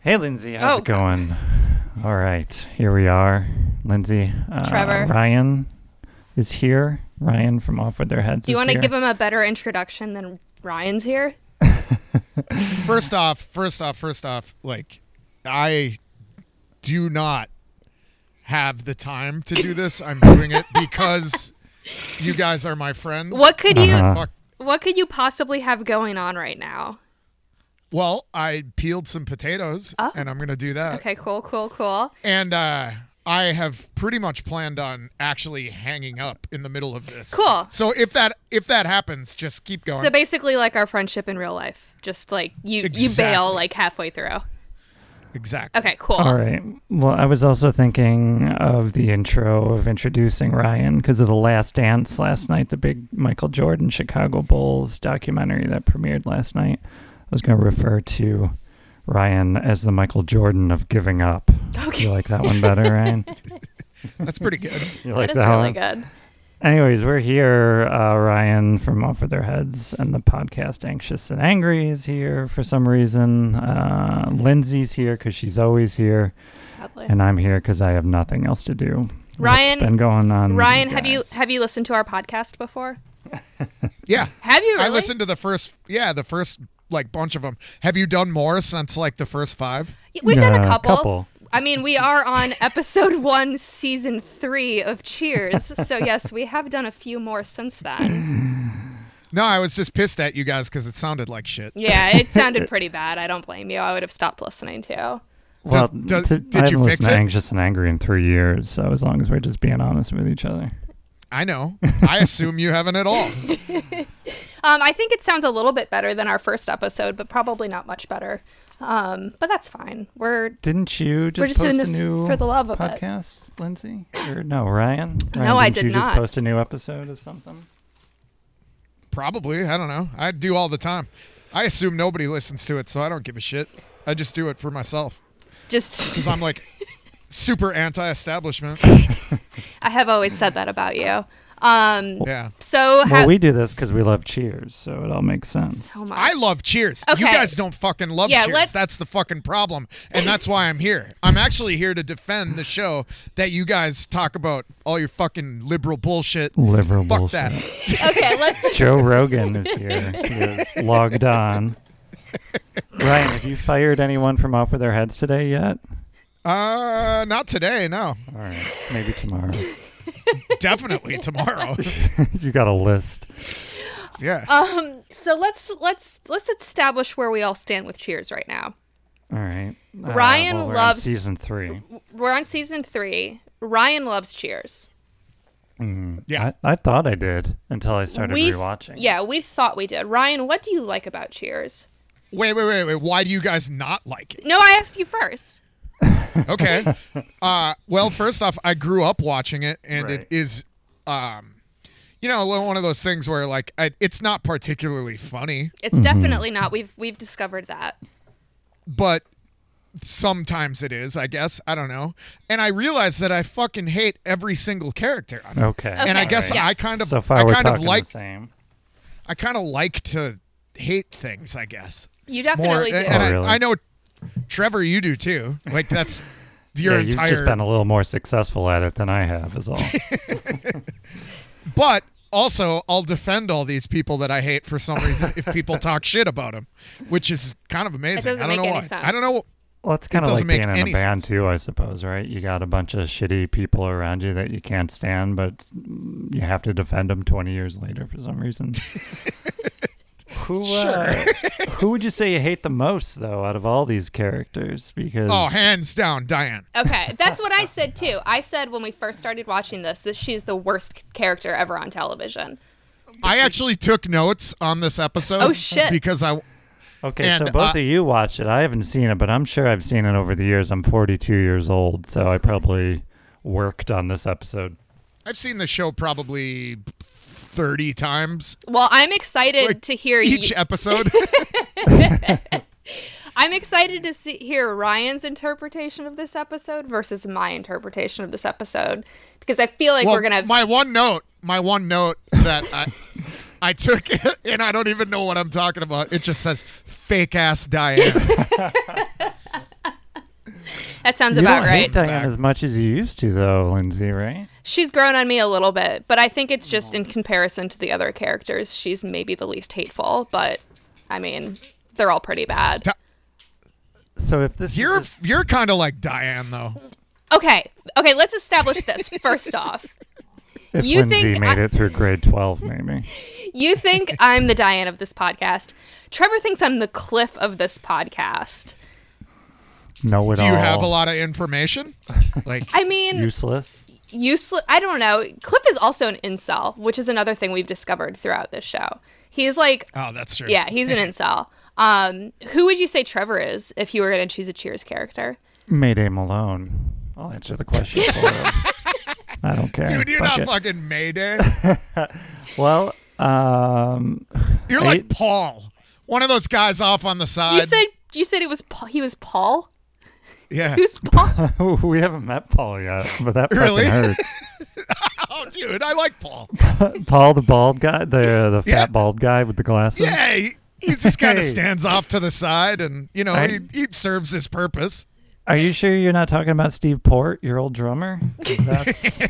Hey, Lindsay, how's Oh. it going? All right, here we are. Lindsay, uh, Trevor. Ryan is here. Ryan from Off with Their Heads. Do you want want to give him a better introduction than Ryan's here? first off, first off, first off, like I do not have the time to do this. I'm doing it because you guys are my friends. What could you Uh-huh. Fuck. What could you possibly have going on right now? Well, I peeled some potatoes and I'm going to do that. Oh. Okay, cool, cool, cool. And uh I have pretty much planned on actually hanging up in the middle of this. Cool. So if that if that happens, just keep going. So basically, like our friendship in real life, just like you you bail Exactly. like halfway through. exactly. Okay, cool. All right. Well, I was also thinking of the intro of introducing Ryan because of the Last Dance last night, the big Michael Jordan Chicago Bulls documentary that premiered last night. I was going to refer to Ryan as the Michael Jordan of giving up. Okay. You like that one better, Ryan? That's pretty good. You that like is one? really good. Anyways, we're here. Uh, Ryan from Off with Their Heads and the podcast Anxious and Angry is here for some reason. Uh, Lindsay's here because she's always here, Sadly, and I'm here because I have nothing else to do. What's Ryan- been going on. with Ryan, have you guys? have you listened to our podcast before? Yeah. Have you really? I listened to the first yeah, the first like bunch of them. Have you done more since like the first 5? Y- We've done Yeah, a couple. couple. I mean, we are on episode one, season three of Cheers. So yes, we have done a few more since then. No, I was just pissed at you guys because it sounded like shit. Yeah, it sounded pretty bad. I don't blame you. I would have stopped listening too. Um, Well, does- t- did I you haven't fix listened to it? Anxious and Angry in three years, so as long as we're just being honest with each other. I know. I assume you haven't at all. Um, I think it sounds a little bit better than our first episode, but probably not much better. Um, but that's fine. We're Didn't you just We're just post doing a this new for the love of it. podcast, Lindsay? Or no, Ryan? Ryan No, I didn't you did just not. post a new episode of something? Probably. I don't know. I do all the time. I assume nobody listens to it, so I don't give a shit. I just do it for myself just. because I'm like super anti-establishment. I have always said that about you. Um, Yeah. so how Well, we do this because we love Cheers, so it all makes sense. so much. I love Cheers. Okay. You guys don't fucking love Yeah, Cheers. let's- That's the fucking problem, and that's why I'm here. I'm actually here to defend the show that you guys talk about all your fucking liberal bullshit. Liberal Fuck bullshit. that. okay, let's. Joe Rogan is here. He is logged on. Ryan, have you fired anyone from off with their heads today yet? Uh, not today. No, All right, maybe tomorrow. definitely tomorrow. you got a list. Yeah. Um, so let's let's let's establish where we all stand with Cheers right now. All right. Uh, Ryan well, we're on loves- season three. We're on season three. Ryan loves Cheers. yeah. I, I thought I did until I started We rewatching. Yeah, we thought we did. Ryan, what do you like about Cheers? Wait, wait, wait, wait. Why do you guys not like it? No, I asked you first. Okay. uh, well, first off, I grew up watching it, and Right. it is, um, you know, one of those things where like I, it's not particularly funny, It's Mm-hmm. definitely not. We've we've discovered that. but sometimes it is. I guess I don't know. And I realized that I fucking hate every single character. on it. Oh. Okay. Okay. And I guess Yes. I kind of, so far I we're kind talking of like, the same. I kind of like to hate things. I guess You more. eh, definitely and do. and I, Oh, really? I know, Trevor, you do too. Like that's your yeah, entire. you've just been a little more successful at it than I have, is all. But also, I'll defend all these people that I hate for some reason if people talk shit about them, which is kind of amazing. doesn't I don't make know any why. sense. I don't know. Well, it's kind of like doesn't being make in a any band sense. too, I suppose, right? You got a bunch of shitty people around you that you can't stand, but mm, you have to defend them 20 years later for some reason. who, uh, who would you say you hate the most, though, out of all these characters? Because Oh, hands down, Diane. Okay, that's what I said too. I said when we first started watching this that she's the worst character ever on television. I actually took notes on this episode. Oh, shit. Because I. okay, so and, both uh, of you watch it. I haven't seen it, but I'm sure I've seen it over the years. I'm 42 years old, so I probably worked on this episode. I've seen the show probably 30 times Well, I'm excited Like, to hear each you. episode. I'm excited to see, hear Ryan's interpretation of this episode versus my interpretation of this episode because I feel like Well, we're gonna have my one note, my one note that I I took and I don't even know what I'm talking about. It just says fake ass Diane. That sounds you about don't right. hate Diane Back. as much as you used to, though, Lindsay. Right? She's grown on me a little bit, but I think it's just in comparison to the other characters, she's maybe the least hateful. But I mean, they're all pretty bad. Stop- So if this You're is you're kind of like Diane though. Okay, okay, let's establish this first off. if you Lindsay think made I- it through grade twelve, maybe. You think I'm the Diane of this podcast. Trevor thinks I'm the Cliff of this podcast. Know it Do all. you have a lot of information? Like I mean, Useless. useless. I don't know. Cliff is also an incel, which is another thing we've discovered throughout this show. He's like, oh, that's true. yeah, he's an incel. Um, who would you say Trevor is if you were going to choose a Cheers character? Mayday Malone. I'll answer the question for you. I don't care. Dude, you're Fuck not it. fucking Mayday. Well, um, You're I- like Paul, one of those guys off on the side. You said you said it was Pa- he was Paul. yeah. Who's Paul? we haven't met Paul yet, but that Really? fucking hurts. Oh, dude, I like Paul. Paul, the bald guy, the the fat Yeah. bald guy with the glasses. Yeah, he, he just kind of Hey. stands off to the side, and you know I- he, he serves his purpose. Are you sure you're not talking about Steve Port, your old drummer? 'Cause That's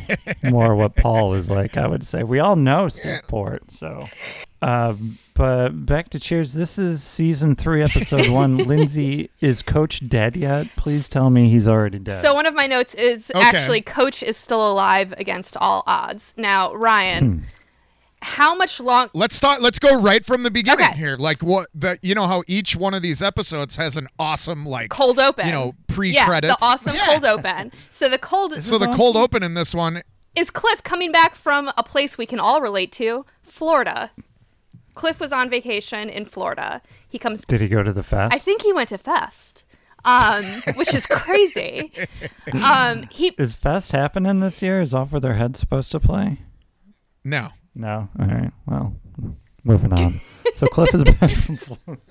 more what Paul is like, I would say. We all know Steve Port, so. Uh, but back to Cheers. This is season three, episode one. Lindsay, is Coach dead yet? Please tell me he's already dead. So one of my notes is Okay. actually Coach is still alive against all odds. Now Hmm. Ryan, how much long? Let's start. Let's go right from the beginning Okay. here. Like what the you know how each one of these episodes has an awesome like cold open. You know, Yeah, pre-credits. the awesome Yeah. cold open. So the cold So the cold open in this one, is Cliff coming back from a place we can all relate to, Florida. Cliff was on vacation in Florida. He comes. Did he go to the fest? I think he went to Fest, um, which is crazy. Um, he is Fest happening this year? Is Off With Their Heads supposed to play? no. No. All right. Well, moving on. So Cliff is back from Florida.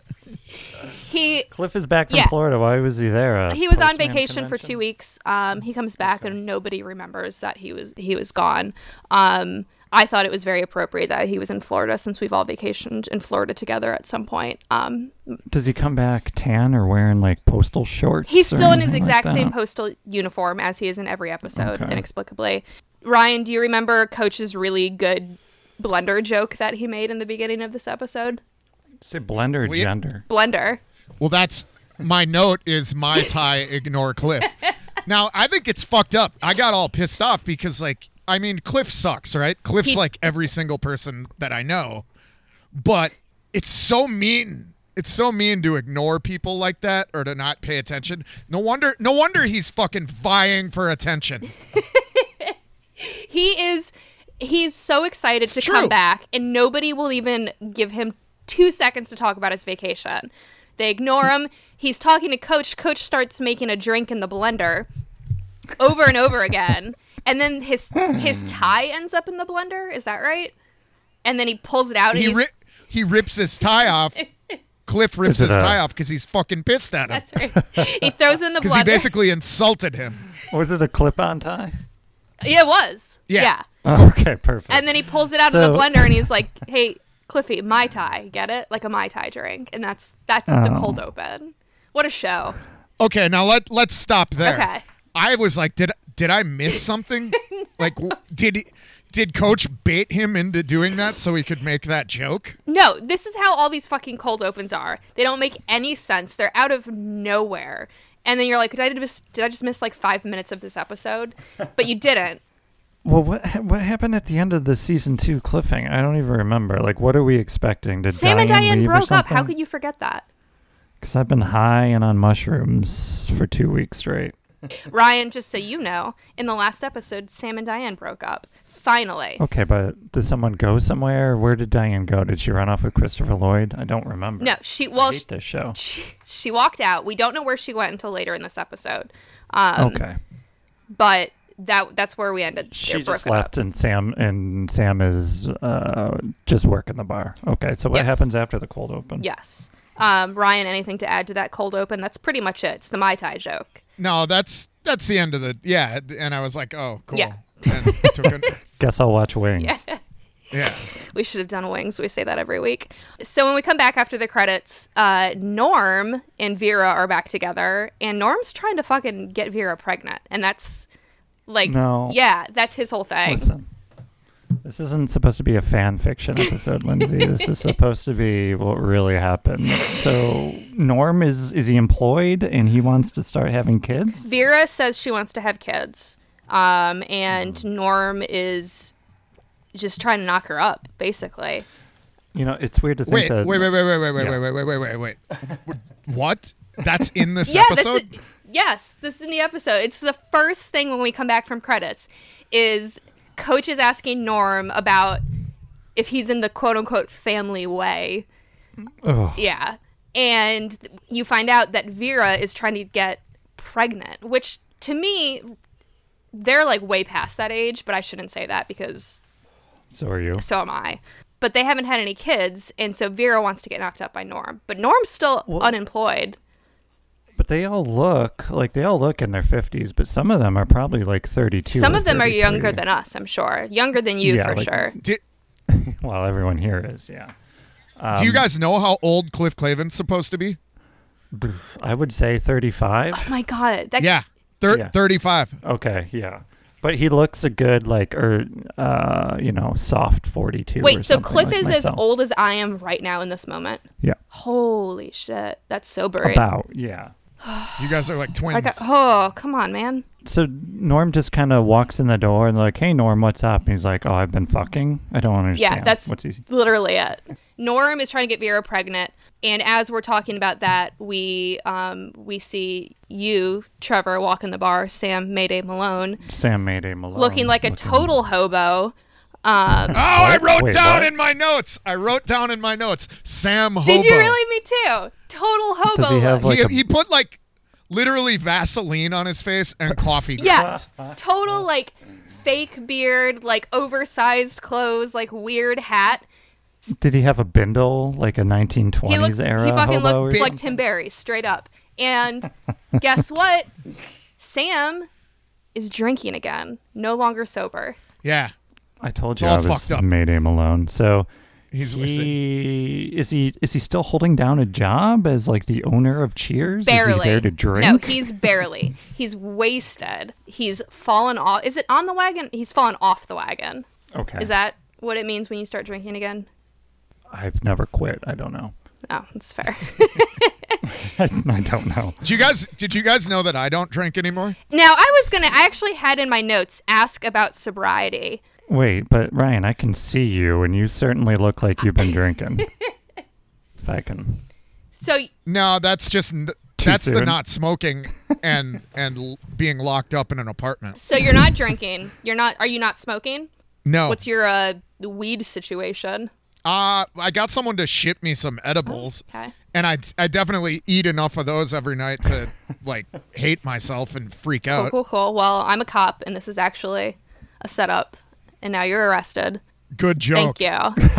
he Cliff is back from Yeah. Florida. Why was he there? Uh, A he was on postman vacation for convention? two weeks. Um, he comes back and nobody remembers that he was he was gone. Um, I thought it was very appropriate that he was in Florida since we've all vacationed in Florida together at some point. Um, Does he come back tan or wearing like postal shorts? He's or still in his anything exact like same that? postal uniform as he is in every episode, Okay. inexplicably. Ryan, do you remember Coach's really good blender joke that he made in the beginning of this episode? Say blender or We- gender. Blender. Well, that's my note is my tie ignore Cliff. Now I think it's fucked up. I got all pissed off because like I mean Cliff sucks, right? Cliff's He- like every single person that I know, but it's so mean. It's so mean to ignore people like that or to not pay attention. No wonder. No wonder he's fucking vying for attention. He is he's so excited to true. come back and nobody will even give him 2 seconds to talk about his vacation. They ignore him. He's talking to coach. Coach starts making a drink in the blender over and over again. And then his his tie ends up in the blender, is that right? And then he pulls it out and He he's, ri- he rips his tie off. Cliff rips Is it his a- tie off because he's fucking pissed at him That's right. He throws it in the because he blender. basically insulted him. Was it a clip-on tie? Oh, yeah, it was. Yeah. Okay, perfect. And then he pulls it out of So- the blender and he's like, "Hey, Cliffy, my tie, get it? Like a my tie drink." And that's that's Oh. the cold open. What a show. Okay, now let let's stop there. Okay. I was like, did did I miss something? Like, w- did he- did Coach bait him into doing that so he could make that joke? No, this is how all these fucking cold opens are. They don't make any sense. They're out of nowhere. And then you're like, "Did I just did I just miss like 5 minutes of this episode?" But you didn't. well, what ha- what happened at the end of the season two cliffhanger? I don't even remember. Like, what are we expecting? Did Sam and Diane leave or broke up. How something? could you forget that? Because I've been high and on mushrooms for two weeks straight. Ryan, just so you know, in the last episode, Sam and Diane broke up. Finally. Okay, but did someone go somewhere? Where did Diane go? Did she run off with Christopher Lloyd? I don't remember. No, she I well hate this show. she, she walked out. We don't know where she went until later in this episode. Um, Okay, but that that's where we ended. she They're just broken up. left, and Sam and Sam is uh, just working the bar. Okay, so what Yes. happens after the cold open? Yes. Um, Ryan, anything to add to that cold open? That's pretty much it. It's the Mai Tai joke. No, that's that's the end of the yeah. And I was like, oh, cool. Yeah. And took a- Guess I'll watch Wings. yeah. We should have done wings. We say that every week. So when we come back after the credits, uh, Norm and Vera are back together, and Norm's trying to fucking get Vera pregnant, and that's like, No. yeah, that's his whole thing. Listen, this isn't supposed to be a fan fiction episode, Lindsay. This is supposed to be what really happened. So Norm is is he employed and he wants to start having kids? Vera says she wants to have kids, um, Mm. and Norm is just trying to knock her up, basically. You know, it's weird to think Wait, wait, that. wait, wait, wait, wait, wait, Yeah. wait, wait, wait, wait, wait, wait. What? That's in this yeah, episode? that's it. yes. This is in the episode. It's the first thing when we come back from credits is coach is asking Norm about if he's in the quote unquote family way. Ugh. Yeah, and you find out that Vera is trying to get pregnant, which to me they're like way past that age, but I shouldn't say that because So are you? so am I. But they haven't had any kids, and so Vera wants to get knocked up by Norm. But Norm's still unemployed. But they all look like they all look in their fifties, but some of them are probably like thirty-two. Some or of them are younger 33. than us, I'm sure. Younger than you Yeah, for like- sure. Did, Well, everyone here is. Yeah, do Um, you guys know how old Cliff Clavin's supposed to be? I would say thirty-five. Oh my god. That Yeah. Thir- Yeah. 35. Okay, yeah. But he looks a good like or uh you know, soft 42 or Wait, so something Cliff like is as myself. old as I am right now in this moment. Yeah. Holy shit. That's sobering. About, yeah. You guys are like twins. Like oh, come on, man. So Norm just kind of walks in the door and like, "Hey Norm, what's up?" And he's like, "Oh, I've been fucking. I don't understand." Yeah, that's what's he literally it. Norm is trying to get Vera pregnant, and as we're talking about that, we um we see you, Trevor, walk in the bar, Sam Mayday Malone, Sam made a Malone looking like a total hobo. Um, Oh, I wrote Wait, down what? in my notes. I wrote down in my notes. Sam Hobo. Did you really? Me too. Total hobo. Does he have like look. he, a he put like literally Vaseline on his face and coffee. grounds. yes. Total like fake beard, like oversized clothes, like weird hat. Did he have a bindle like a 1920s He looked. era he fucking hobo or looked like something? Tim Berry, straight up. And guess what? Sam is drinking again. No longer sober. Yeah. I told you all I was fucked up. made a Malone. So He's he, he is he is he still holding down a job as like the owner of Cheers? Barely. Is he there to drink? No, he's barely. He's wasted. He's fallen off. Is it on the wagon? He's fallen off the wagon. okay. Is that what it means when you start drinking again? I've never quit. I don't know. Oh, that's fair. I don't know. Did you guys did you guys know that I don't drink anymore? now, I was going to, I actually had in my notes ask about sobriety. Wait, but Ryan, I can see you, and you certainly look like you've been drinking. if I can. So, No, that's just n- that's the soon. not smoking and and l- being locked up in an apartment. so you're not drinking. You're not, are you not smoking? No. What's your uh, weed situation? uh I got someone to ship me some edibles. Okay. And I, I definitely eat enough of those every night to like hate myself and freak Cool, out. cool, cool. Well, I'm a cop and this is actually a setup. And now you're arrested. Good joke. Thank you.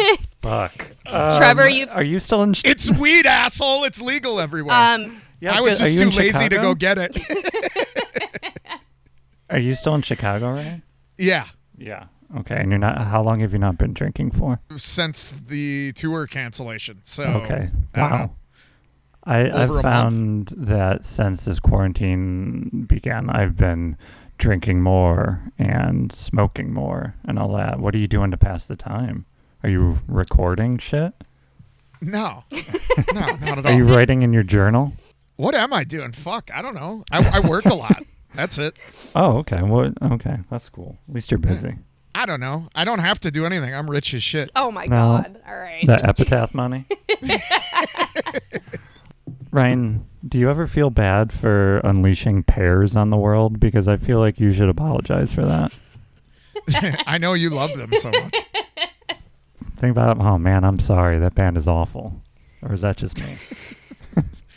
Fuck. Trevor, you Um, Are you still in? Ch- It's weed, asshole. It's legal everywhere. um, yeah, I was was gonna- are just you in too lazy to Chicago? go get it. Are you still in Chicago, Ryan? yeah. Yeah. Okay, and you're not. How long have you not been drinking for? Since the tour cancellation. So Okay. I don't Wow. know. I, Over I've a month. found that since this quarantine began, I've been drinking more and smoking more and all that. What are you doing to pass the time? Are you recording shit? No. No, not at Are all. you writing in your journal? what am I doing? Fuck. I don't know. I, I work a lot. That's it. Oh, okay. What? Okay, that's cool. At least you're busy. I don't know. I don't have to do anything. I'm rich as shit. oh my No. God. All right. That epitaph money. Ryan, do you ever feel bad for unleashing pears on the world? Because I feel like you should apologize for that. I know you love them so much. Think about, oh man, I'm sorry. That band is awful. Or is that just me?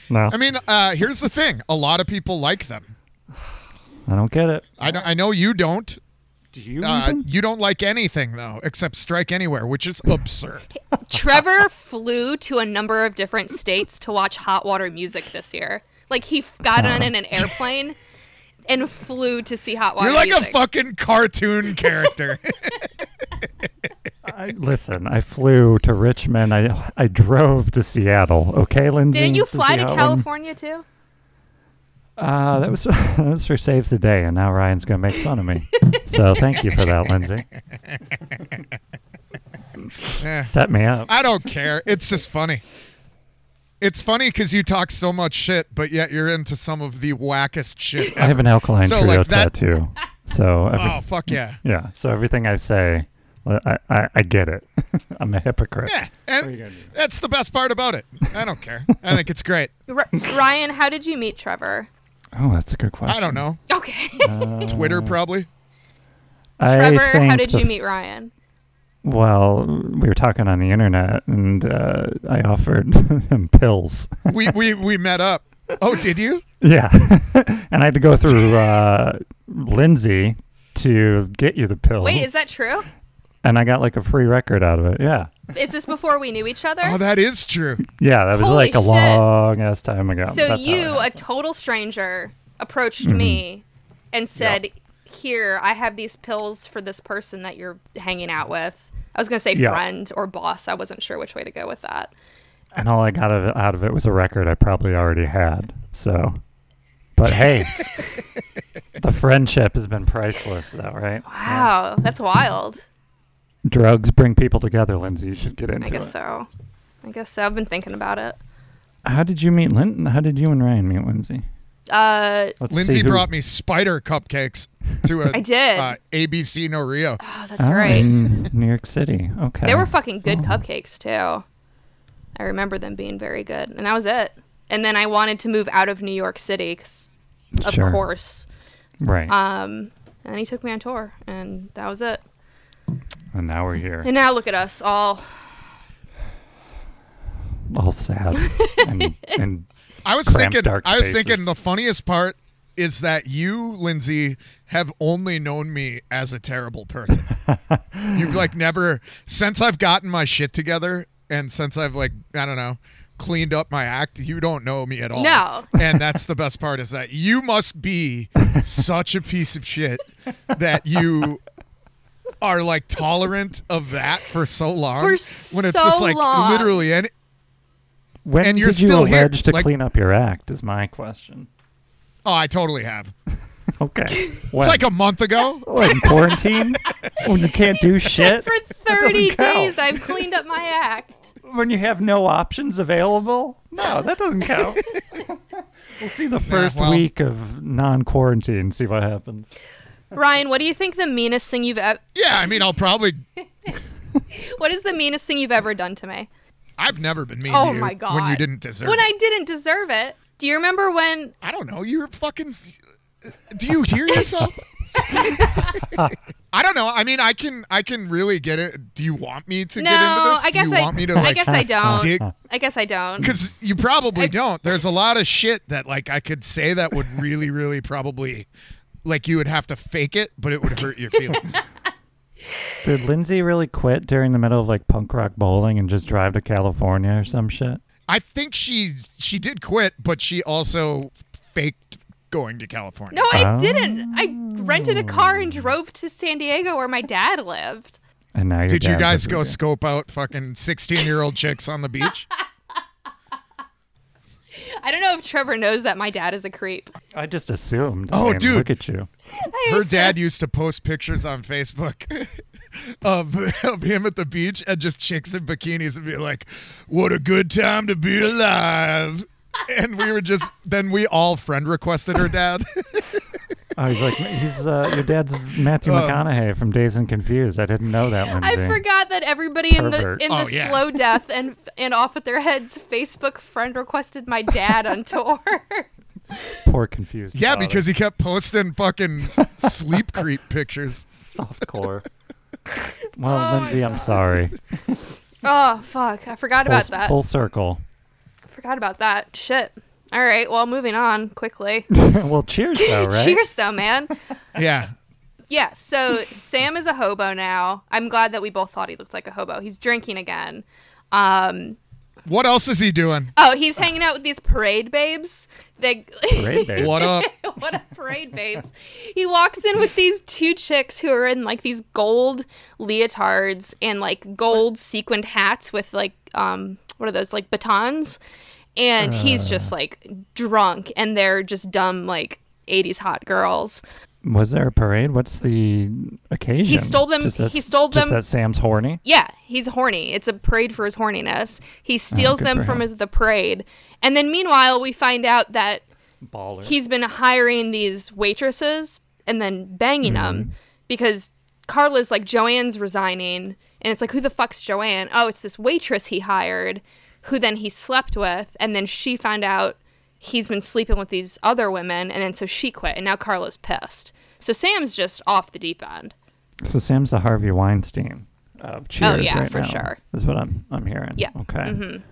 no, I mean, uh, here's the thing. A lot of people like them. I don't get it. I, know- I know you don't. Do you? Uh, even? you don't like anything though, except Strike Anywhere, which is absurd. Trevor flew to a number of different states to watch Hot Water Music this year. Like he f- got on in an airplane and flew to see Hot Water. You're like a Music. fucking cartoon character. I, listen, I flew to Richmond. I I drove to Seattle. Okay, Lindsay. Didn't you fly to Seattle? California too? Uh, that was that was for saves the day, and now Ryan's gonna make fun of me. so thank you for that, Lindsay. Set me up. I don't care. It's just funny. It's funny because you talk so much shit, but yet you're into some of the wackest shit. I have an alkaline So, like, trio that- tattoo. So every, Oh fuck yeah, yeah. So everything I say, I I, I get it. I'm a hypocrite. yeah. What are you And gonna do? that's the best part about it. I don't care. I think it's great. R- Ryan, how did you meet Trevor? Oh, that's a good question. I don't know. Okay. Oh. Twitter probably. I Trevor, how think did the you meet Ryan? Well, we were talking on the internet, and uh, I offered him pills. We we we met up. Oh, did you? yeah, and I had to go through uh, Lindsay to get you the pills. Wait, is that true? And I got like a free record out of it. Yeah, Is this before we knew each other? Oh, that is true. yeah, that was Holy like a shit. long ass time ago. so That's how it you, a happened. total stranger, approached Mm-hmm. me and said, "Here, I have these pills for this person that you're hanging out with." I was gonna say Yeah. friend or boss. I wasn't sure which way to go with that. and all I got out of, out of it was a record I probably already had. So, but hey, the friendship has been priceless, though, right? Wow, that's wild. Drugs bring people together, Lindsay. You should get into I guess it. so. I guess so. I've been thinking about it. How did you meet Linton? How did you and Ryan meet Lindsay? Uh, Let's Lindsay brought me spider cupcakes to a I did. Uh, ABC No Rio. oh, that's right. In New York City. Okay. They were fucking Oh. good cupcakes too. I remember them being very good, and that was it. And then I wanted to move out of New York City, 'cause of Sure. course. right. Um, and then he took me on tour, and that was it. and now we're here, And now look at us all. all sad and, and I was cramped thinking. dark I was spaces. thinking. The funniest part is that you, Lindsay, have only known me as a terrible person. You've like never since I've gotten my shit together, and since I've like I don't know cleaned up my act. You don't know me at all. No. And that's the best part is that you must be such a piece of shit that you. Are like tolerant of that for so long. For when it's so just like long. literally any when And you're did you still here, allege to like- clean up your act? Is my question. Oh, I totally have. Okay. It's like a month ago. what, in quarantine when you can't do shit For 30 count. days, I've cleaned up my act. when you have no options available. No, that doesn't count. we'll see the first well- week of non-quarantine. See what happens. Ryan, what do you think the meanest thing you've ever? Yeah, I mean, I'll probably. What is the meanest thing you've ever done to me? I've never been mean Oh to you my god! when you didn't deserve When it. I didn't deserve it. Do you remember when? I don't know. You're fucking. uh, Do you hear yourself? I don't know. I mean, I can. I can really get it. Do you want me to No, get into this? I guess Do you I. want me to I like guess I don't. dig? I guess I don't. Because you probably don't. There's a lot of shit that like I could say that would really, really probably, like you would have to fake it, but it would hurt your feelings. Did Lindsay really quit during the middle of like punk rock bowling and just drive to California or some shit? I think she she did quit, but she also faked going to California. No, I Oh. didn't. I rented a car and drove to San Diego where my dad lived. And now your Did you dad guys doesn't go do- scope out fucking 16 year old chicks on the beach? I don't know if Trevor knows that my dad is a creep. I just assumed. Oh, I mean, dude. look at you. Her dad used to post pictures on Facebook of, of him at the beach and just chicks in bikinis and be like, what a good time to be alive. And we were just, then we all friend requested her dad. Oh, he's like he's uh, your dad's Matthew Oh. McConaughey from Days and Confused. I didn't know that one. I forgot that everybody in Pervert. the in Oh, the yeah. slow death and and off with their heads Facebook friend requested my dad on tour. Poor confused. yeah, father. because he kept posting fucking sleep creep pictures. softcore. well, Lindsay, I'm sorry. oh fuck, I forgot Full, about that. full circle. Forgot about that. Shit. All right, well, moving on quickly. well, cheers though, right? Cheers though, man. Yeah. Yeah, so Sam is a hobo now. I'm glad that we both thought he looked like a hobo. He's drinking again. Um, What else is he doing? Oh, he's hanging out with these parade babes. They Parade babes. What up? what a parade babes. He walks in with these two chicks who are in like these gold leotards and like gold sequined hats with like um what are those like batons? And he's just Uh. like drunk and they're just dumb like 80s hot girls. Was there a parade? What's the occasion? stole them- Just that- he stole just them- that Sam's horny. Yeah, he's horny. It's a parade for his horniness. He steals Ah, good them for from him. his, the parade. And then meanwhile, we find out that Baller. he's been hiring these waitresses and then banging them because Carla's like Joanne's resigning and it's like who the fuck's Joanne? Oh, it's this waitress he hired who then he slept with and then she found out he's been sleeping with these other women and then so she quit and now Carla's pissed. So Sam's just off the deep end. so Sam's the Harvey Weinstein. Of cheers Oh, yeah, right for now, sure. Is what I'm I'm hearing. Yeah. Mm-hmm. Uh, Okay.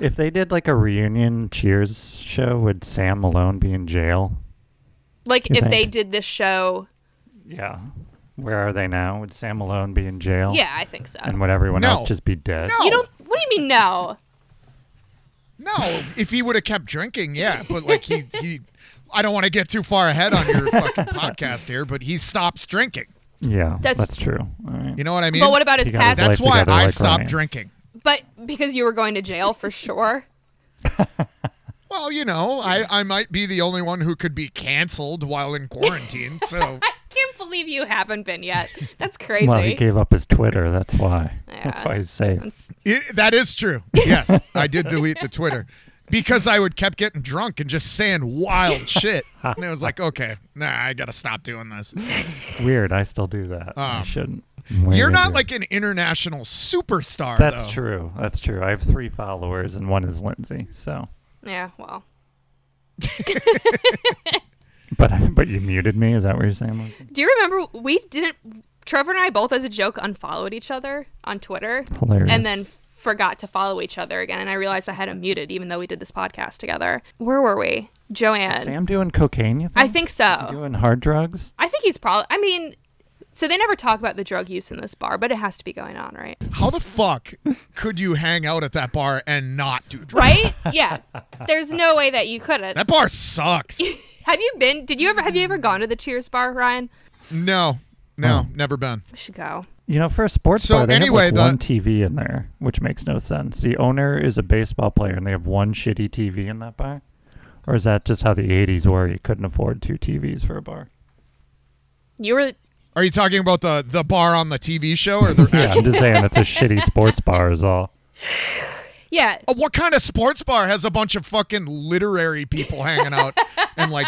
if they did like a reunion Cheers show, would Sam Malone be in jail? Like You if think? they did this show, Yeah. Where are they now? Would Sam Malone be in jail? yeah, I think so. And would everyone No. else just be dead? No. You don't what do you mean no? No, if he would have kept drinking, yeah. But like he he I don't want to get too far ahead on your fucking podcast here, but he stops drinking. Yeah. That's- That's, true. All right. You know what I mean? But what about his He got his past life That's why together I like stopped Ryan. drinking. but because you were going to jail for sure. Well, you know, I, I might be the only one who could be canceled while in quarantine. So I can't believe you haven't been yet. That's crazy. Well, he gave up his Twitter. That's why. Yeah. That's why he's safe. That's- it, that is true. Yes, I did delete the Twitter because I would kept getting drunk and just saying wild shit. And it was like, okay, nah, I got to stop doing this. Weird. I still do that. I Um, shouldn't. You're Weird. not like an international superstar. That's though. true. That's true. I have three followers, and one is Lindsay. So, yeah, well. but but you muted me. Is that what you're saying? Lindsay? Do you remember we didn't Trevor and I both as a joke unfollowed each other on Twitter Hilarious. and then forgot to follow each other again and I realized I had him muted even though we did this podcast together. Where were we? Joanne. Is Sam doing cocaine. You think? I think Is he so. doing hard drugs. I think he's probably I mean so they never talk about the drug use in this bar, but it has to be going on, right? How the fuck could you hang out at that bar and not do drugs? Right? yeah. There's no way that you couldn't. That bar sucks. Have you been? Did you ever? Have you ever gone to the Cheers bar, Ryan? No, no, Oh. never been. We should go. You know, for a sports So bar, they anyway, have like the- one TV in there, which makes no sense. The owner is a baseball player, and they have one shitty TV in that bar. Or is that just how the '80s were? You couldn't afford two TVs for a bar. You were Are you talking about the the bar on the TV show or the Yeah, I'm just saying it's a shitty sports bar, is all. yeah. Uh, What kind of sports bar has a bunch of fucking literary people hanging out and like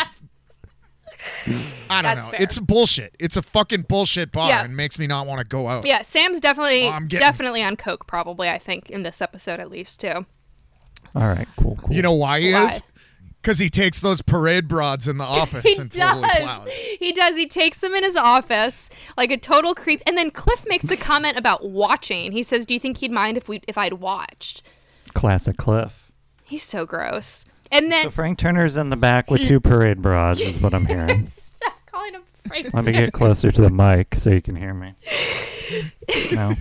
I don't That's know. fair. It's bullshit. It's a fucking bullshit bar Yeah. and makes me not want to go out. Yeah, Sam's definitely Well, I'm getting- definitely on coke probably, I think in this episode at least too. All right, cool, cool. You know why he Why? is? Because he takes those parade broads in the office He and totally does. plows. He does. He takes them in his office like a total creep. And then Cliff makes a comment about watching. He says, "Do you think he'd mind if we if I'd watched?" classic Cliff. He's so gross. And So then Frank Turner's in the back with two parade bras, is what I'm hearing. stop calling him Frank. Let me get closer to the mic so you can hear me. No,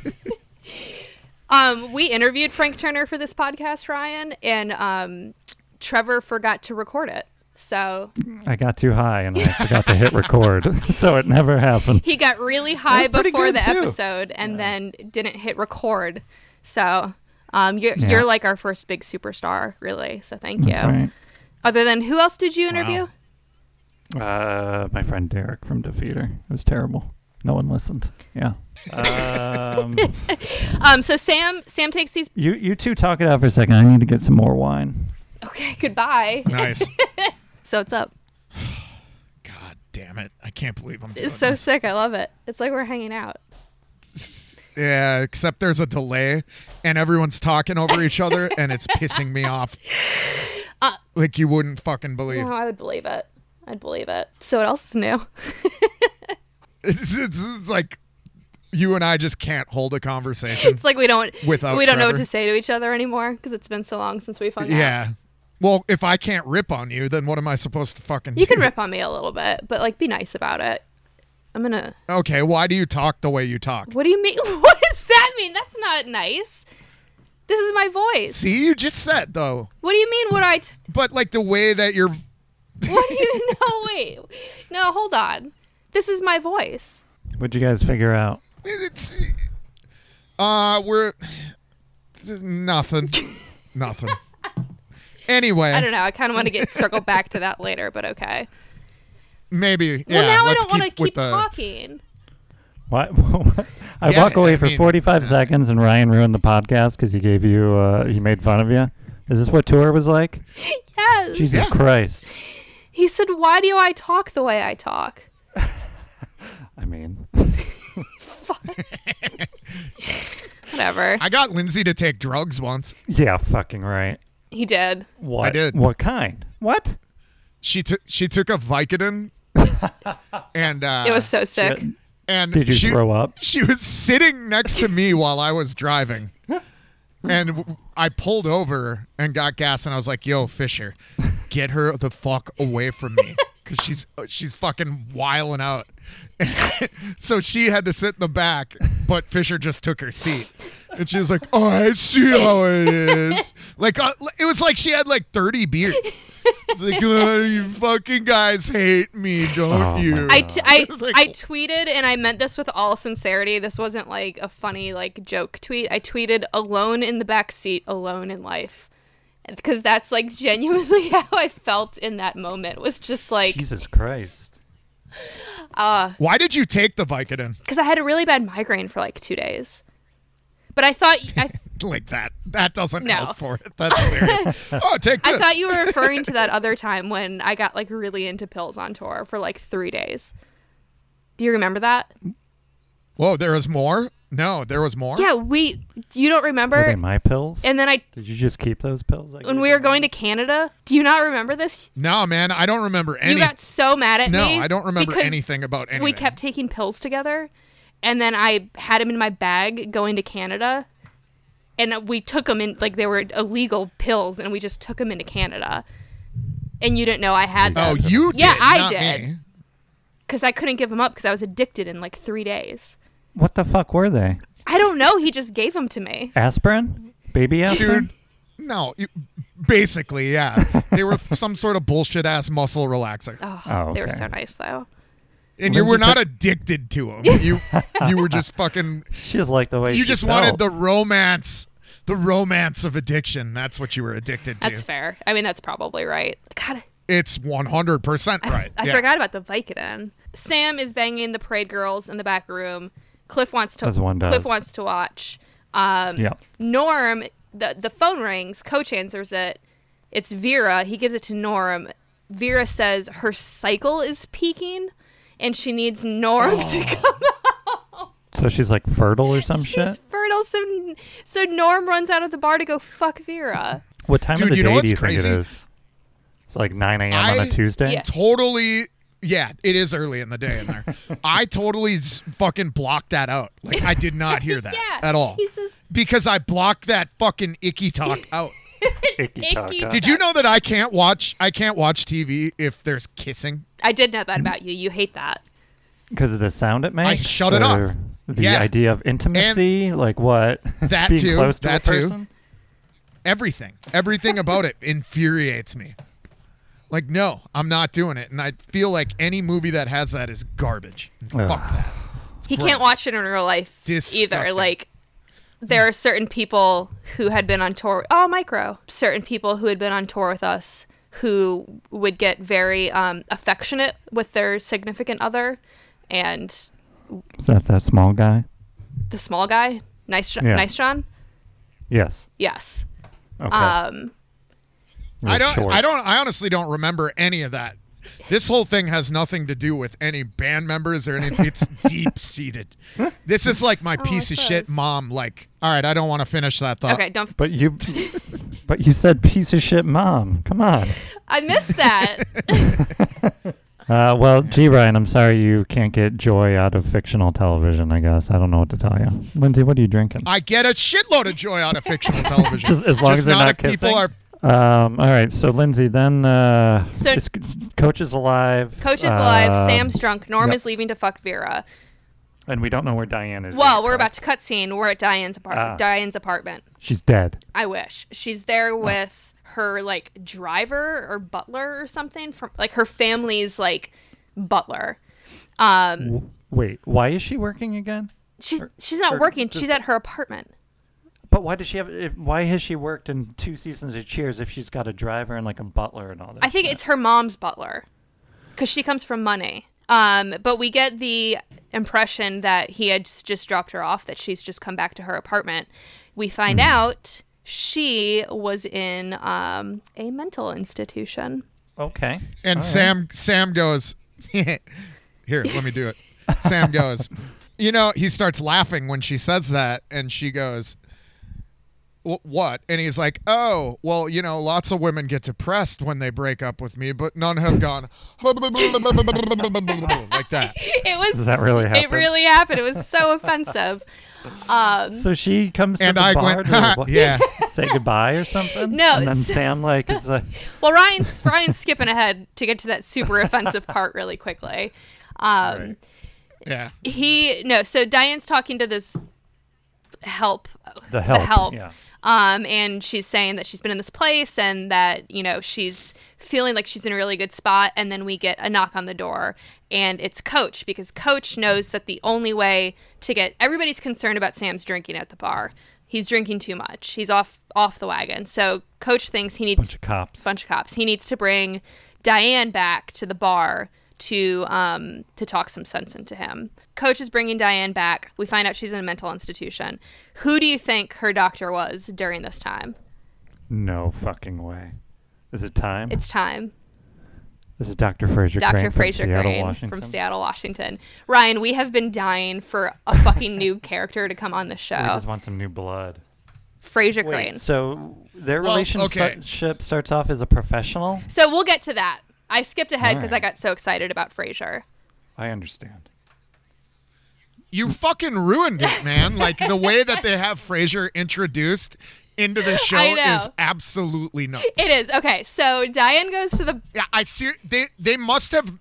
Um, we interviewed Frank Turner for this podcast, Ryan, and um, Trevor forgot to record it. So I got too high and I forgot to hit record, so it never happened. he got really high That's pretty before good, the too. episode and then didn't hit record. So um, you're, you're like our first big superstar, really. So thank you. That's right. Other than who else did you interview? Uh, my friend Derek from Defeater. It was terrible. No one listened. Yeah. Um, Um, so Sam, Sam takes these. you you two talk it out for a second. I need to get some more wine. Okay, goodbye. Nice. So it's up. God damn it. I can't believe I'm doing It's so this. sick. I love it. It's like we're hanging out. Yeah, except there's a delay and everyone's talking over each other and it's pissing me off. Uh, like you wouldn't fucking believe. No, Oh, I would believe it. I'd believe it. So what else is new? It's, it's, it's like you and I just can't hold a conversation. It's like we don't Without we don't know what Trevor. to say to each other anymore because it's been so long since we've hung out. yeah. Well, if I can't rip on you, then what am I supposed to fucking You do? can rip on me a little bit, but like be nice about it. I'm gonna. Okay, why do you talk the way you talk? What do you mean? What does that mean? That's not nice. This is my voice. See, you just said though, What do you mean? Would I? T- but like the way that you're. what do you? No, wait. No, hold on. This is my voice. What'd you guys figure out? It's, uh, we're nothing, nothing. Anyway, I don't know. I kind of want to get circled back to that later, but okay. maybe. Well, yeah, now I let's don't want to keep with keep the- talking. What? I Yeah, walk away I for mean- uh, 45 seconds and Ryan ruined the podcast because he gave you, uh, he made fun of you. Is this what tour was like? Yes. Jesus Christ. He said, "Why do I talk the way I talk?" I mean, Whatever. I got Lindsay to take drugs once. yeah, fucking right. He did. What? did. What kind? What? She took she took a Vicodin, and uh, It was so sick. Shit. and Did you she, throw up? She was sitting next to me while I was driving. And w- I pulled over and got gas, and I was like, "Yo, Fisher, get her the fuck away from me, because she's uh, she's fucking wiling out." so she had to sit in the back, but Fisher just took her seat, and she was like, "Oh, I see how it is." Like uh, l- it was like she had like thirty beers. It's like, "Uh, "You fucking guys hate me, don't Oh, my you?" I, t- I, It's like- I tweeted and I meant this with all sincerity. This wasn't like a funny like joke tweet. I tweeted alone in the back seat, alone in life. Because that's like genuinely how I felt in that moment was just like Jesus Christ. Why did you take the Vicodin? because I had a really bad migraine for like 2 days. But I thought I like that. That doesn't No. help for it. That's hilarious. oh, take I this. thought you were referring to that other time when I got like really into pills on tour for like 3 days. Do you remember that? Whoa, there was more? No, there was more? Yeah, we you don't Were they remember? my pills? And then I Did you just keep those pills? I when gave we you? were going to Canada. Do you not remember this? No, man, I don't remember any. you got so mad at no, me. I don't remember because anything about anything. We kept taking pills together, and then I had him in my bag going to Canada, and we took them in like they were illegal pills, and we just took them into Canada. And you didn't know I had Oh, them you Yeah, did. I not did. me. because I couldn't give them up because I was addicted in like three days. What the fuck were they? I don't know. He just gave them to me. Aspirin? Baby aspirin? Dude, no. You, basically, yeah. they were some sort of bullshit ass muscle relaxer. Oh, Oh, they were okay. so nice though. and you Lindsay were not took- addicted to them. You you were just fucking She just liked the way you she just felt. wanted the romance. The romance of addiction. That's what you were addicted to. That's fair. I mean, that's probably right. God, it's 100% I f- right. I yeah. forgot about the Vicodin. Sam is banging the parade girls in the back room. Cliff wants to. As one does. Cliff wants to watch. Um, Yeah. Norm, the the phone rings. Coach answers it. It's Vera. He gives it to Norm. Vera says her cycle is peaking, and she needs Norm to come. So she's like fertile or some She's shit? fertile, so so Norm runs out of the bar to go fuck Vera. What time Dude, of the you know day do what's you crazy? think it is? It's like 9 a.m. on I- a Tuesday? Yeah. totally yeah it is early in the day in there i totally z- fucking blocked that out like i did not hear that Yeah, at all He says, because i blocked that fucking icky talk out Icky Icky talk, huh? talk. did you know that i can't watch i can't watch tv if there's kissing "I did know that about you. You hate that." Because of the sound it makes. shut it off. or The Yeah. idea of intimacy, like what? That Being too, close to that a too. person. everything everything about it infuriates me like no i'm not doing it and i feel like any movie that has that is garbage Ugh. fuck that he gross. can't watch it in real life either. Disgusting. Like there are certain people who had been on tour. Oh, micro. Certain people who had been on tour with us who would get very um, affectionate with their significant other, and Is that that small guy? the small guy, nice, John, Yeah. nice John. Yes. Yes. Okay. Um, Real i don't short. i don't i honestly don't remember any of that this whole thing has nothing to do with any band members or anything. It's deep seated. This is like my piece of Oh, shit suppose. mom. Like, all right, I don't want to finish that Uh, thought. okay. Don't. But you, but you said piece of shit mom. Come on. I missed that. Uh, well, G Ryan, I'm sorry you can't get joy out of fictional television. I guess I don't know what to tell you. Lindsay, what are you drinking? I get a shitload of joy out of fictional television. Just as long as they're not, not if people kissing? are. Um, all right, so Lindsay, then uh, So- it's- coach is alive. Coach is alive. um, Sam's drunk. Norm yep. is leaving to fuck Vera. And we don't know where Diane is. Well, yet, we're about correct? to cutscene. We're at Diane's apartment. Ah. Diane's apartment. She's dead. I wish she's Oh. there with her like driver or butler or something from like her family's like butler. Um, W- Wait, why is she working again? she's she's not or working. just- She's at her apartment. But why does she have? If, why has she worked in two seasons of Cheers if she's got a driver and like a butler and all that? I think shit? it's her mom's butler because she comes from money. Um, but we get the impression that he had s- just dropped her off, that she's just come back to her apartment. We find Hmm. out she was in um, a mental institution. okay. And All right. Sam Sam goes, here, let me do it. Sam goes, you know, he starts laughing when she says that, and she goes, "Wh- what? And he's like, oh, well, you know, lots of women get depressed when they break up with me, but none have gone like that. It was. Does that really It happen? really happened. It was so offensive. Um, So she comes to And the I bar went, to what- yeah. say goodbye or something. No, and then so- Sam like is like, well, Ryan's Ryan's skipping ahead to get to that super offensive part really quickly. Um, Right. Yeah. He no. So Diane's talking to this help. the help. help. Yeah. Um, and she's saying that she's been in this place and that, you know, she's feeling like she's in a really good spot. And then we get a knock on the door, and it's Coach because Coach knows that the only way to get everybody's concerned about Sam's drinking at the bar. He's drinking too much. He's off off the wagon. So Coach thinks he needs Bunch of cops. bunch of cops. He needs to bring Diane back to the bar to um to talk some sense into him. Coach is bringing Diane back. We find out she's in a mental institution. Who do you think her doctor was during this time? no fucking way. Is it time? It's time. this is Dr. Fraser Crane Dr. from Fraser Seattle, Crane Washington. from Seattle, Washington. Ryan, we have been dying for a fucking new character to come on the We show. just want some new blood. Fraser Crane. So their Well, okay. relationship starts off as a professional. So we'll get to that. I skipped ahead because I Alright. got so excited about Frasier. I understand. You fucking ruined it, man. Like the way that they have Frasier introduced into the show I know. is absolutely nuts. It is. Okay, so Diane goes to the Yeah, I see. They they must have,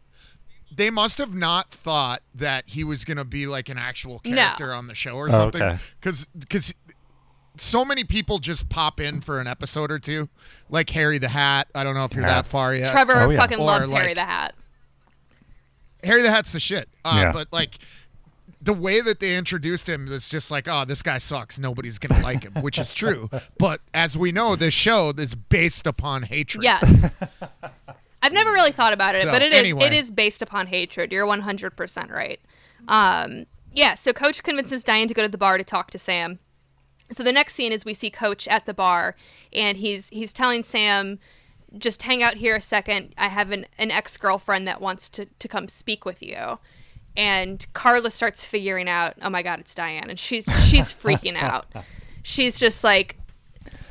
they must have not thought that he was gonna be like an actual No. character on the show or something. Oh, okay. Because so many people just pop in for an episode or two, like Harry the Hat. I don't know if you're that Yes. far yet. Trevor Oh, yeah. fucking Or, loves like- Harry the Hat. Harry the Hat's the shit. Uh, Yeah. But like. The way that they introduced him was just like, oh, this guy sucks. Nobody's gonna like him, which is true. But as we know, this show is based upon hatred. Yes. I've never really thought about it, So, but it is anyway. it is based upon hatred. You're 100% right. Um, yeah, so coach convinces Diane to go to the bar to talk to Sam. So the next scene is we see coach at the bar and he's he's telling Sam just hang out here a second. I have an, an ex-girlfriend that wants to to come speak with you. And Carla starts figuring out, "Oh my god, it's Diane." And she's she's freaking out. She's just like,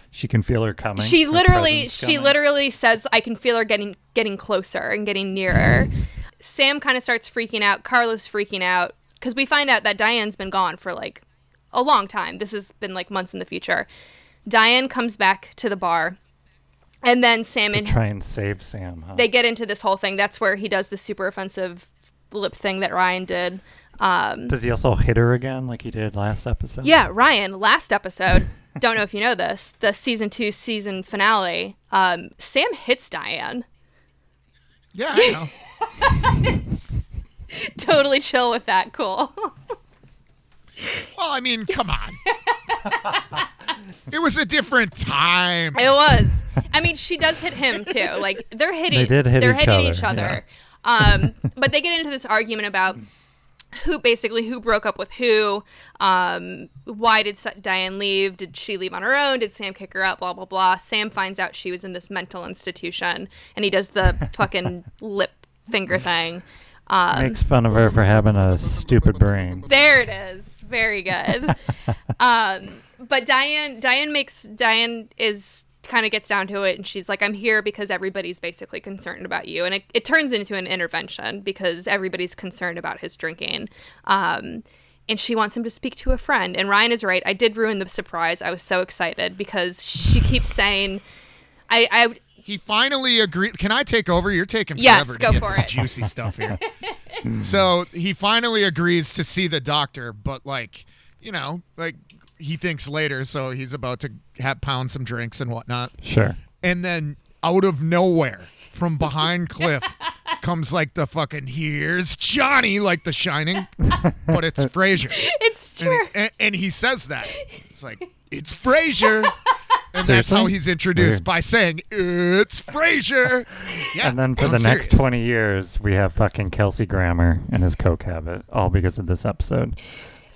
She can feel her coming. she her literally presence she coming. literally says i can feel her getting getting closer and getting nearer sam kind of starts freaking out carla's freaking out because we find out that diane's been gone for like a long time this has been like months in the future diane comes back to the bar and then sam and try and save Sam. Huh? they get into this whole thing that's where he does the super offensive lip thing that ryan did um, Does he also hit her again like he did last episode? yeah, Ryan, last episode, don't know if you know this, the season two season finale, um, Sam hits Diane. Yeah, I know. totally chill with that. Cool. Well, I mean, come on. it was a different time. It was. I mean, she does hit him too. Like they're hitting. They did hit are each hitting other, each other. Um, but they get into this argument about who basically who broke up with who. Um, why did Sa- Diane leave? Did she leave on her own? Did Sam kick her out? Blah blah blah. Sam finds out she was in this mental institution, and he does the fucking lip finger thing. Um, Makes fun of her for having a stupid brain. There it is. Very good. um, but Diane, Diane makes Diane is kind of gets down to it, and she's like, "I'm here because everybody's basically concerned about you," and it, it turns into an intervention because everybody's concerned about his drinking. Um, and she wants him to speak to a friend. And Ryan is right. I did ruin the surprise. I was so excited because she keeps saying, "I, I He finally agreed. Can I take over? You're taking Yes, forever go to get for to the it. juicy stuff here. so he finally agrees to see the doctor, but like, you know, like he thinks later, so he's about to have pound some drinks and whatnot. Sure. And then out of nowhere, from behind Cliff, comes like the fucking here's Johnny, like The Shining, but it's Frasier. It's And, true. and, and he says that it's like it's Frasier. And that's Seriously? how he's introduced Weird. by saying it's Frasier. Yeah, And then for I'm the next serious. 20 years, we have fucking Kelsey Grammer and his coke habit, all because of this episode.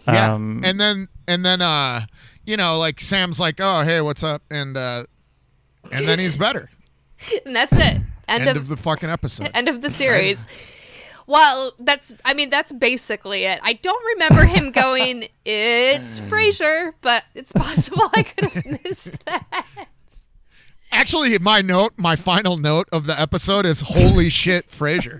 Yeah. Um, and then and then uh you know like Sam's like, "Oh, hey, what's up?" and uh and then he's better. And that's it. End, End of, of the fucking episode. end of the series. Well, that's I mean that's basically it. I don't remember him going it's Frasier, but it's possible I could have missed that. Actually, my note, my final note of the episode is holy shit, Frasier.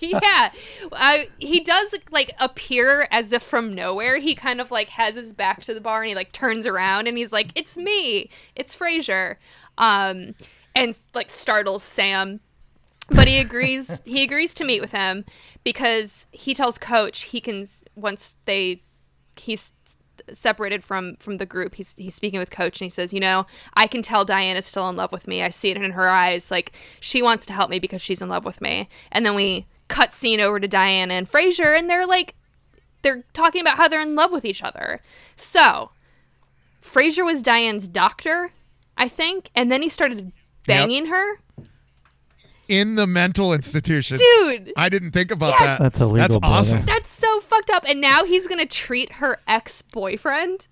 yeah, uh, he does like appear as if from nowhere. He kind of like has his back to the bar and he like turns around and he's like, "It's me, it's Frasier," um, and like startles Sam. But he agrees. he agrees to meet with him because he tells Coach he can s- once they he's separated from from the group he's he's speaking with coach and he says you know i can tell diana's still in love with me i see it in her eyes like she wants to help me because she's in love with me and then we cut scene over to diana and frasier and they're like they're talking about how they're in love with each other so frasier was diane's doctor i think and then he started banging her In the mental institution. dude I didn't think about Yeah. that. That's illegal, That's awesome. brother. that's so fucked up and now he's gonna treat her ex-boyfriend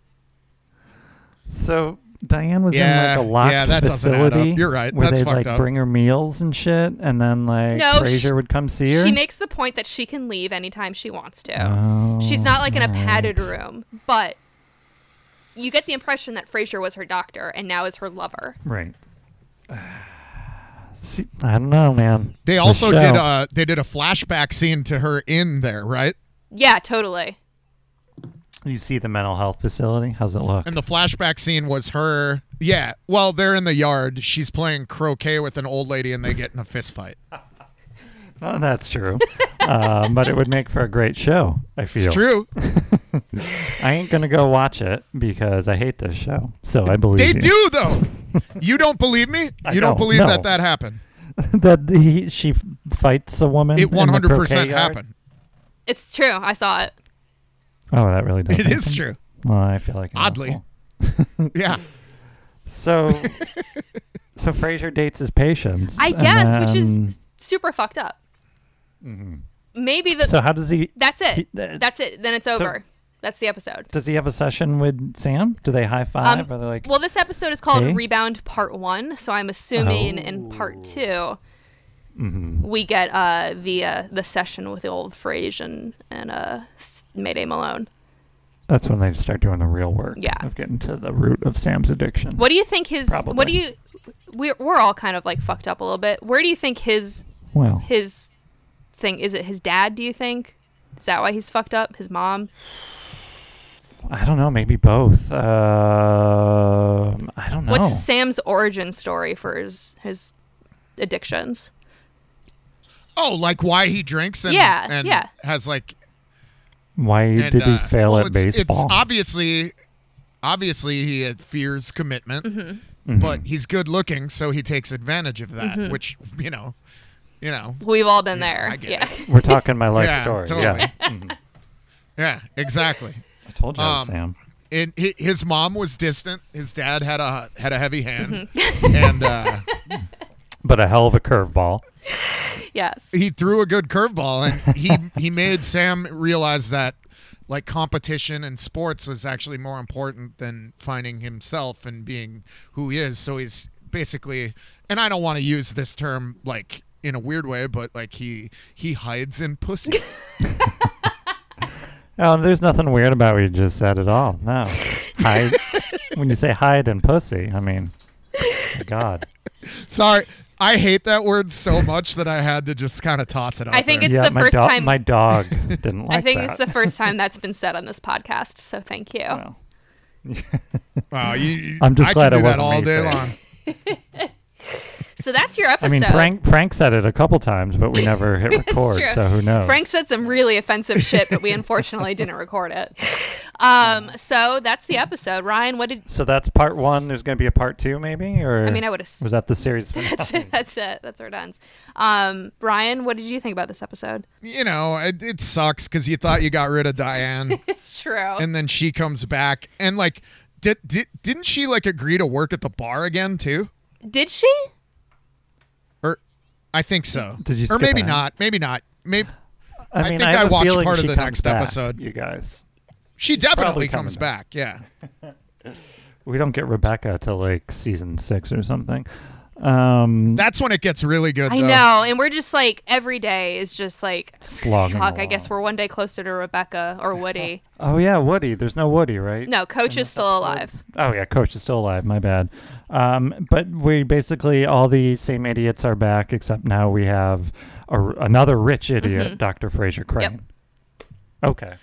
So Diane was Yeah, in like a locked yeah, that doesn't add up. facility. You're right. Where That's they'd fucked like up. bring her meals and shit, and then like No, Frasier she- would come see her. She makes the point that she can leave anytime she wants to. Oh, She's not like in a padded room, but you get the impression that Frasier was her doctor and now is her lover. right. See, I don't know, man. They The also show. did uh they did a flashback scene to her in there, right? Yeah, totally. You see the mental health facility? How's it look? And the flashback scene was her. Yeah. Well, they're in the yard. She's playing croquet with an old lady, and they get in a fist fight. Oh, that's true. um, but it would make for a great show. I feel. It's true. I ain't gonna go watch it because I hate this show. So I believe They you. do though. You don't believe me? I You don't don't, believe no. that that happened? that he, she f- fights a woman. It in the 100 percent croquet yard? happened. It's true. I saw it. Oh, that really does. It is happen? true. Well, I feel like an Oddly. asshole. Yeah. So, so Fraser dates his patients. I and guess, which then- is super fucked up. Maybe Mm-hmm. the So how does he? that's it. he- that's- that's it. Then it's over. that's the episode. Does he have a session with Sam? Do they high five? Are they like? Um, well, this episode is called Hey? Rebound Part One, so I'm assuming in Part 2 we get uh, the uh, the session with the old Frage and and uh, S- Mayday Malone. that's when they start doing the real work. Yeah. Of getting to the root of Sam's addiction. What do you think his? What do Probably. you? We're we're all kind of like fucked up a little bit. Where do you think his Well, his thing is? It his dad? Do you think? Is that why he's fucked up? His mom? I don't know. Maybe both. Um I don't know. What's Sam's origin story for his his addictions? Oh, like why he drinks and, Yeah, and yeah. has like Why and, did he uh, fail at well, it's- baseball? It's obviously obviously he had fears commitment, Mm-hmm. Mm-hmm. but he's good looking, so he takes advantage of that, which you know, you know, We've all been there. I get yeah. We're talking my life yeah, story. totally. Yeah. yeah, exactly. I told you, I was Um, Sam. it, hi- his mom was distant. His dad had a had a heavy hand, Mm-hmm. and uh, But a hell of a curveball. yes. he threw a good curveball, and he he made Sam realize that like competition and sports was actually more important than finding himself and being who he is. So he's basically, and I don't want to use this term like in a weird way, but like he he hides in pussy. Oh, there's nothing weird about what you just said at all. No, I, when you say hide and pussy, I mean, my God, Sorry. I hate that word so much that I had to just kind of toss it out. I think there. It's yeah, the my first dog, time- my dog didn't like I think that. it's the first time that's been said on this podcast, so thank you. Well, Wow, you, I'm just I glad can it do that wasn't all me day saying it. long. So that's your episode. I mean, Frank Frank said it a couple times, but we never hit It's record, true. so who knows? Frank said some really offensive shit, but we unfortunately didn't record it. Um, so that's the episode. Ryan, what did? so that's part one. There's going to be a part two, maybe, or I mean, I would have. was that the series? finale? That's it. That's it. That's where it ends. Um, Ryan, what did you think about this episode? You know, it, it sucks because you thought you got rid of Diane, It's true. and then she comes back, and like, did, did didn't she like agree to work at the bar again too? did she? Or I think so. Did you Or skip maybe ahead? not. Maybe not. Maybe I mean, think I have a watched feeling part of she the comes next back, episode. You guys, she definitely probably coming comes back. back. Yeah. we don't get Rebecca till like season six or something. Um, That's when it gets really good. I though. know, and we're just like every day is just like Slogging fuck. I along. guess we're one day closer to Rebecca or Woody. oh yeah, Woody. There's no Woody, right? No, Coach is still alive. Oh yeah, Coach is still alive. My bad. Um, but we basically all the same idiots are back, except now we have a, another rich Mm-hmm. idiot, Dr. Fraser Crane. Okay.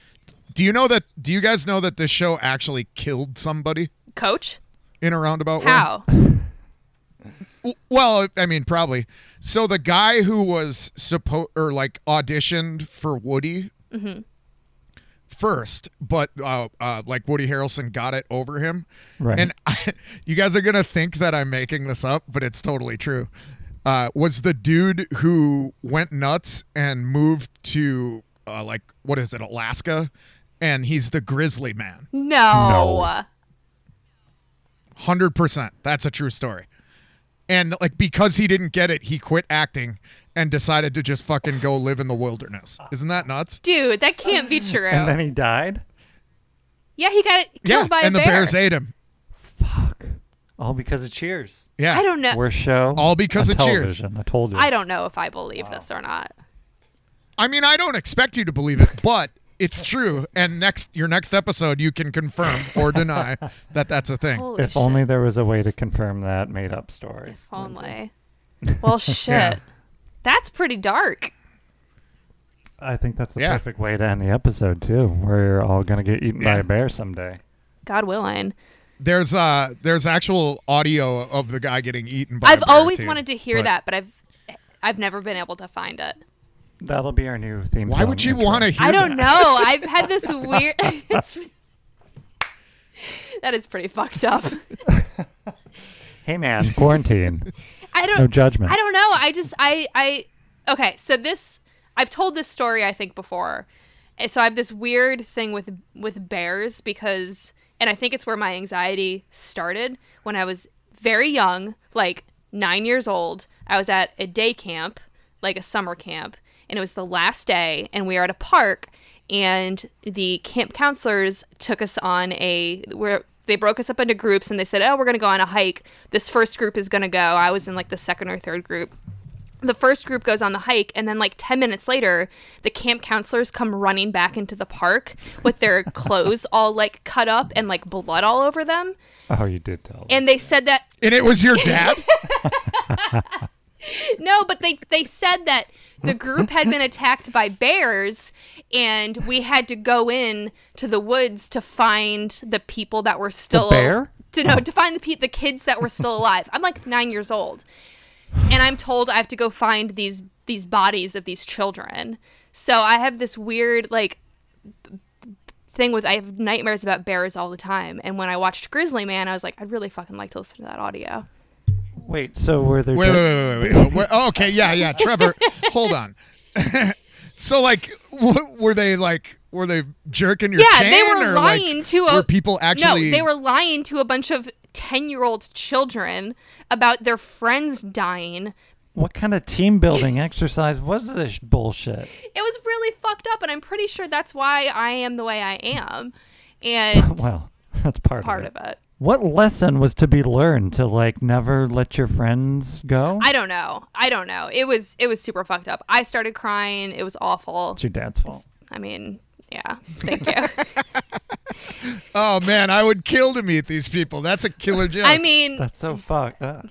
Do you know that? Do you guys know that this show actually killed somebody Coach, in a roundabout way? how? W- Well, I mean, probably. So the guy who was supposed or like auditioned for Woody first, but uh, uh, like Woody Harrelson got it over him. Right. And I, you guys are gonna think that I'm making this up, but it's totally true. Uh, was the dude who went nuts and moved to uh, like what is it, Alaska? And he's the Grizzly Man. No. No. Hundred percent. That's a true story. And like because he didn't get it, he quit acting and decided to just fucking go live in the wilderness. Isn't that nuts? Dude, that can't be true. And then he died. yeah, he got killed by and a the bear. bears ate him. Fuck. All because of Cheers. Yeah. I don't know. Worst show. All because on of Cheers. television, I told you. I don't know if I believe this or not. I mean, I don't expect you to believe it, but it's true. And next your next episode, you can confirm or deny that that's a thing. Holy If shit. only there was a way to confirm that made-up story. If only. Well, shit. Yeah. That's pretty dark. I think that's the Yeah. perfect way to end the episode too. We're all gonna get eaten by Yeah. a bear someday. God willing. There's uh there's actual audio of the guy getting eaten by. I've a bear, always too. wanted to hear But that, but I've I've never been able to find it. That'll be our new theme. Why would you want to hear I don't that? know. I've had this weird. it's, that is pretty fucked up. Hey man, quarantine. I don't. No judgment. I don't know. I just I I okay. So this I've told this story I think before. And So I have this weird thing with with bears because and I think it's where my anxiety started when I was very young, like 9 years old. I was at a day camp, like a summer camp, and it was the last day and we were at a park and the camp counselors took us on a where they broke us up into groups and they said, "Oh, we're going to go on a hike. This first group is going to go." I was in like the second or third group. The first group goes on the hike and then like 10 minutes later, the camp counselors come running back into the park with their clothes all like cut up and like blood all over them. Oh, you did tell. And they said that And it was your dad. No, but they they said that the group had been attacked by bears and we had to go in to the woods to find the people that were still bear? to no, to find the pe- the kids that were still alive. I'm like 9 years old. And I'm told I have to go find these these bodies of these children. So I have this weird like thing with I have nightmares about bears all the time. And when I watched Grizzly Man, I was like, I'd really fucking like to listen to that audio. Wait, so were there? wait, di- wait, wait, wait, wait. wait. Oh, okay, yeah, yeah. Trevor, hold on. so, like, w- were they like, were they jerking your Yeah, chain? they were or, like, lying to a Were people actually? No, they were lying to a bunch of 10-year-old children about their friends dying. What kind of team building exercise was this bullshit? It was really fucked up and I'm pretty sure that's why I am the way I am. And Well, that's part, part of, it. of it. What lesson was to be learned to like never let your friends go? I don't know. I don't know. It was it was super fucked up. I started crying. It was awful. it's your dad's fault. I mean, yeah. Thank you. Oh man, I would kill to meet these people. That's a killer joke. I mean, That's so fucked up.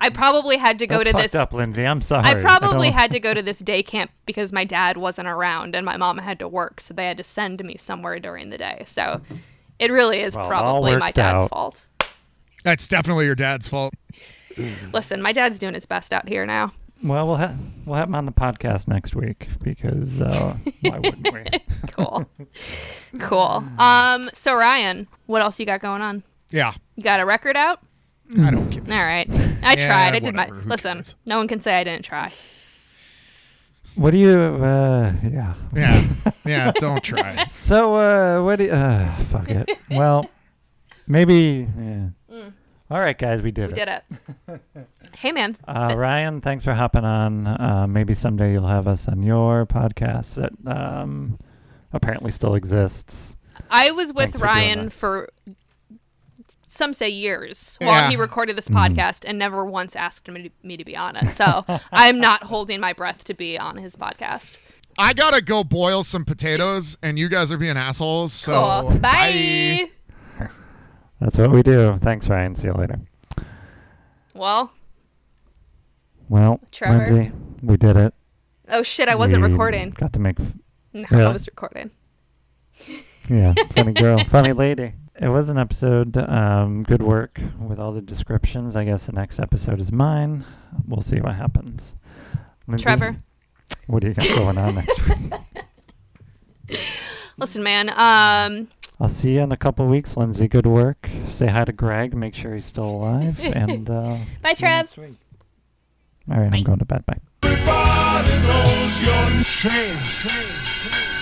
I probably had to go That's to fucked this up, Lindsay. I'm sorry. I probably don't- had to go to this day camp because my dad wasn't around and my mom had to work, so they had to send me somewhere during the day. So it really is Well, it all probably my worked dad's out. fault. That's definitely your dad's fault. Listen, my dad's doing his best out here now. Well, we'll have we'll have him on the podcast next week because uh, why wouldn't we? Cool. cool. Um, so Ryan, what else you got going on? Yeah, You got a record out? I don't give. a All right. I Yeah, tried. I did my whatever. Who Listen, cares? no one can say I didn't try. What do you? Uh, yeah. Yeah, yeah. Don't try. So uh, what do? You, uh, fuck it. Well, maybe. Yeah. All right, guys, we did Mm. We it. did it. hey man. Uh, Ryan, thanks for hopping on. Uh, maybe someday you'll have us on your podcast that um, apparently still exists. I was with Thanks for doing Ryan that. for some say years while Yeah. he recorded this podcast and never once asked me to, me to be on it. So I'm not holding my breath to be on his podcast. I gotta go boil some potatoes, and you guys are being assholes. So Cool. bye. Bye. That's what we do. Thanks, Ryan. See you later. Well, Well, Trevor? Lindsay, we did it. oh shit, I wasn't We recording. Got to make. F- No, I Really? was recording. Yeah, funny girl, funny lady. It was an episode. Um, good work with all the descriptions. I guess the next episode is mine. We'll see what happens. Lindsay, Trevor. what do you got going on next week? Listen, man. Um, I'll see you in a couple weeks, Lindsay. Good work. Say hi to Greg. Make sure he's still alive. and uh, bye, Trev. all right, Bye. I'm going to bed. Bye. Everybody knows your Shame, shame, shame.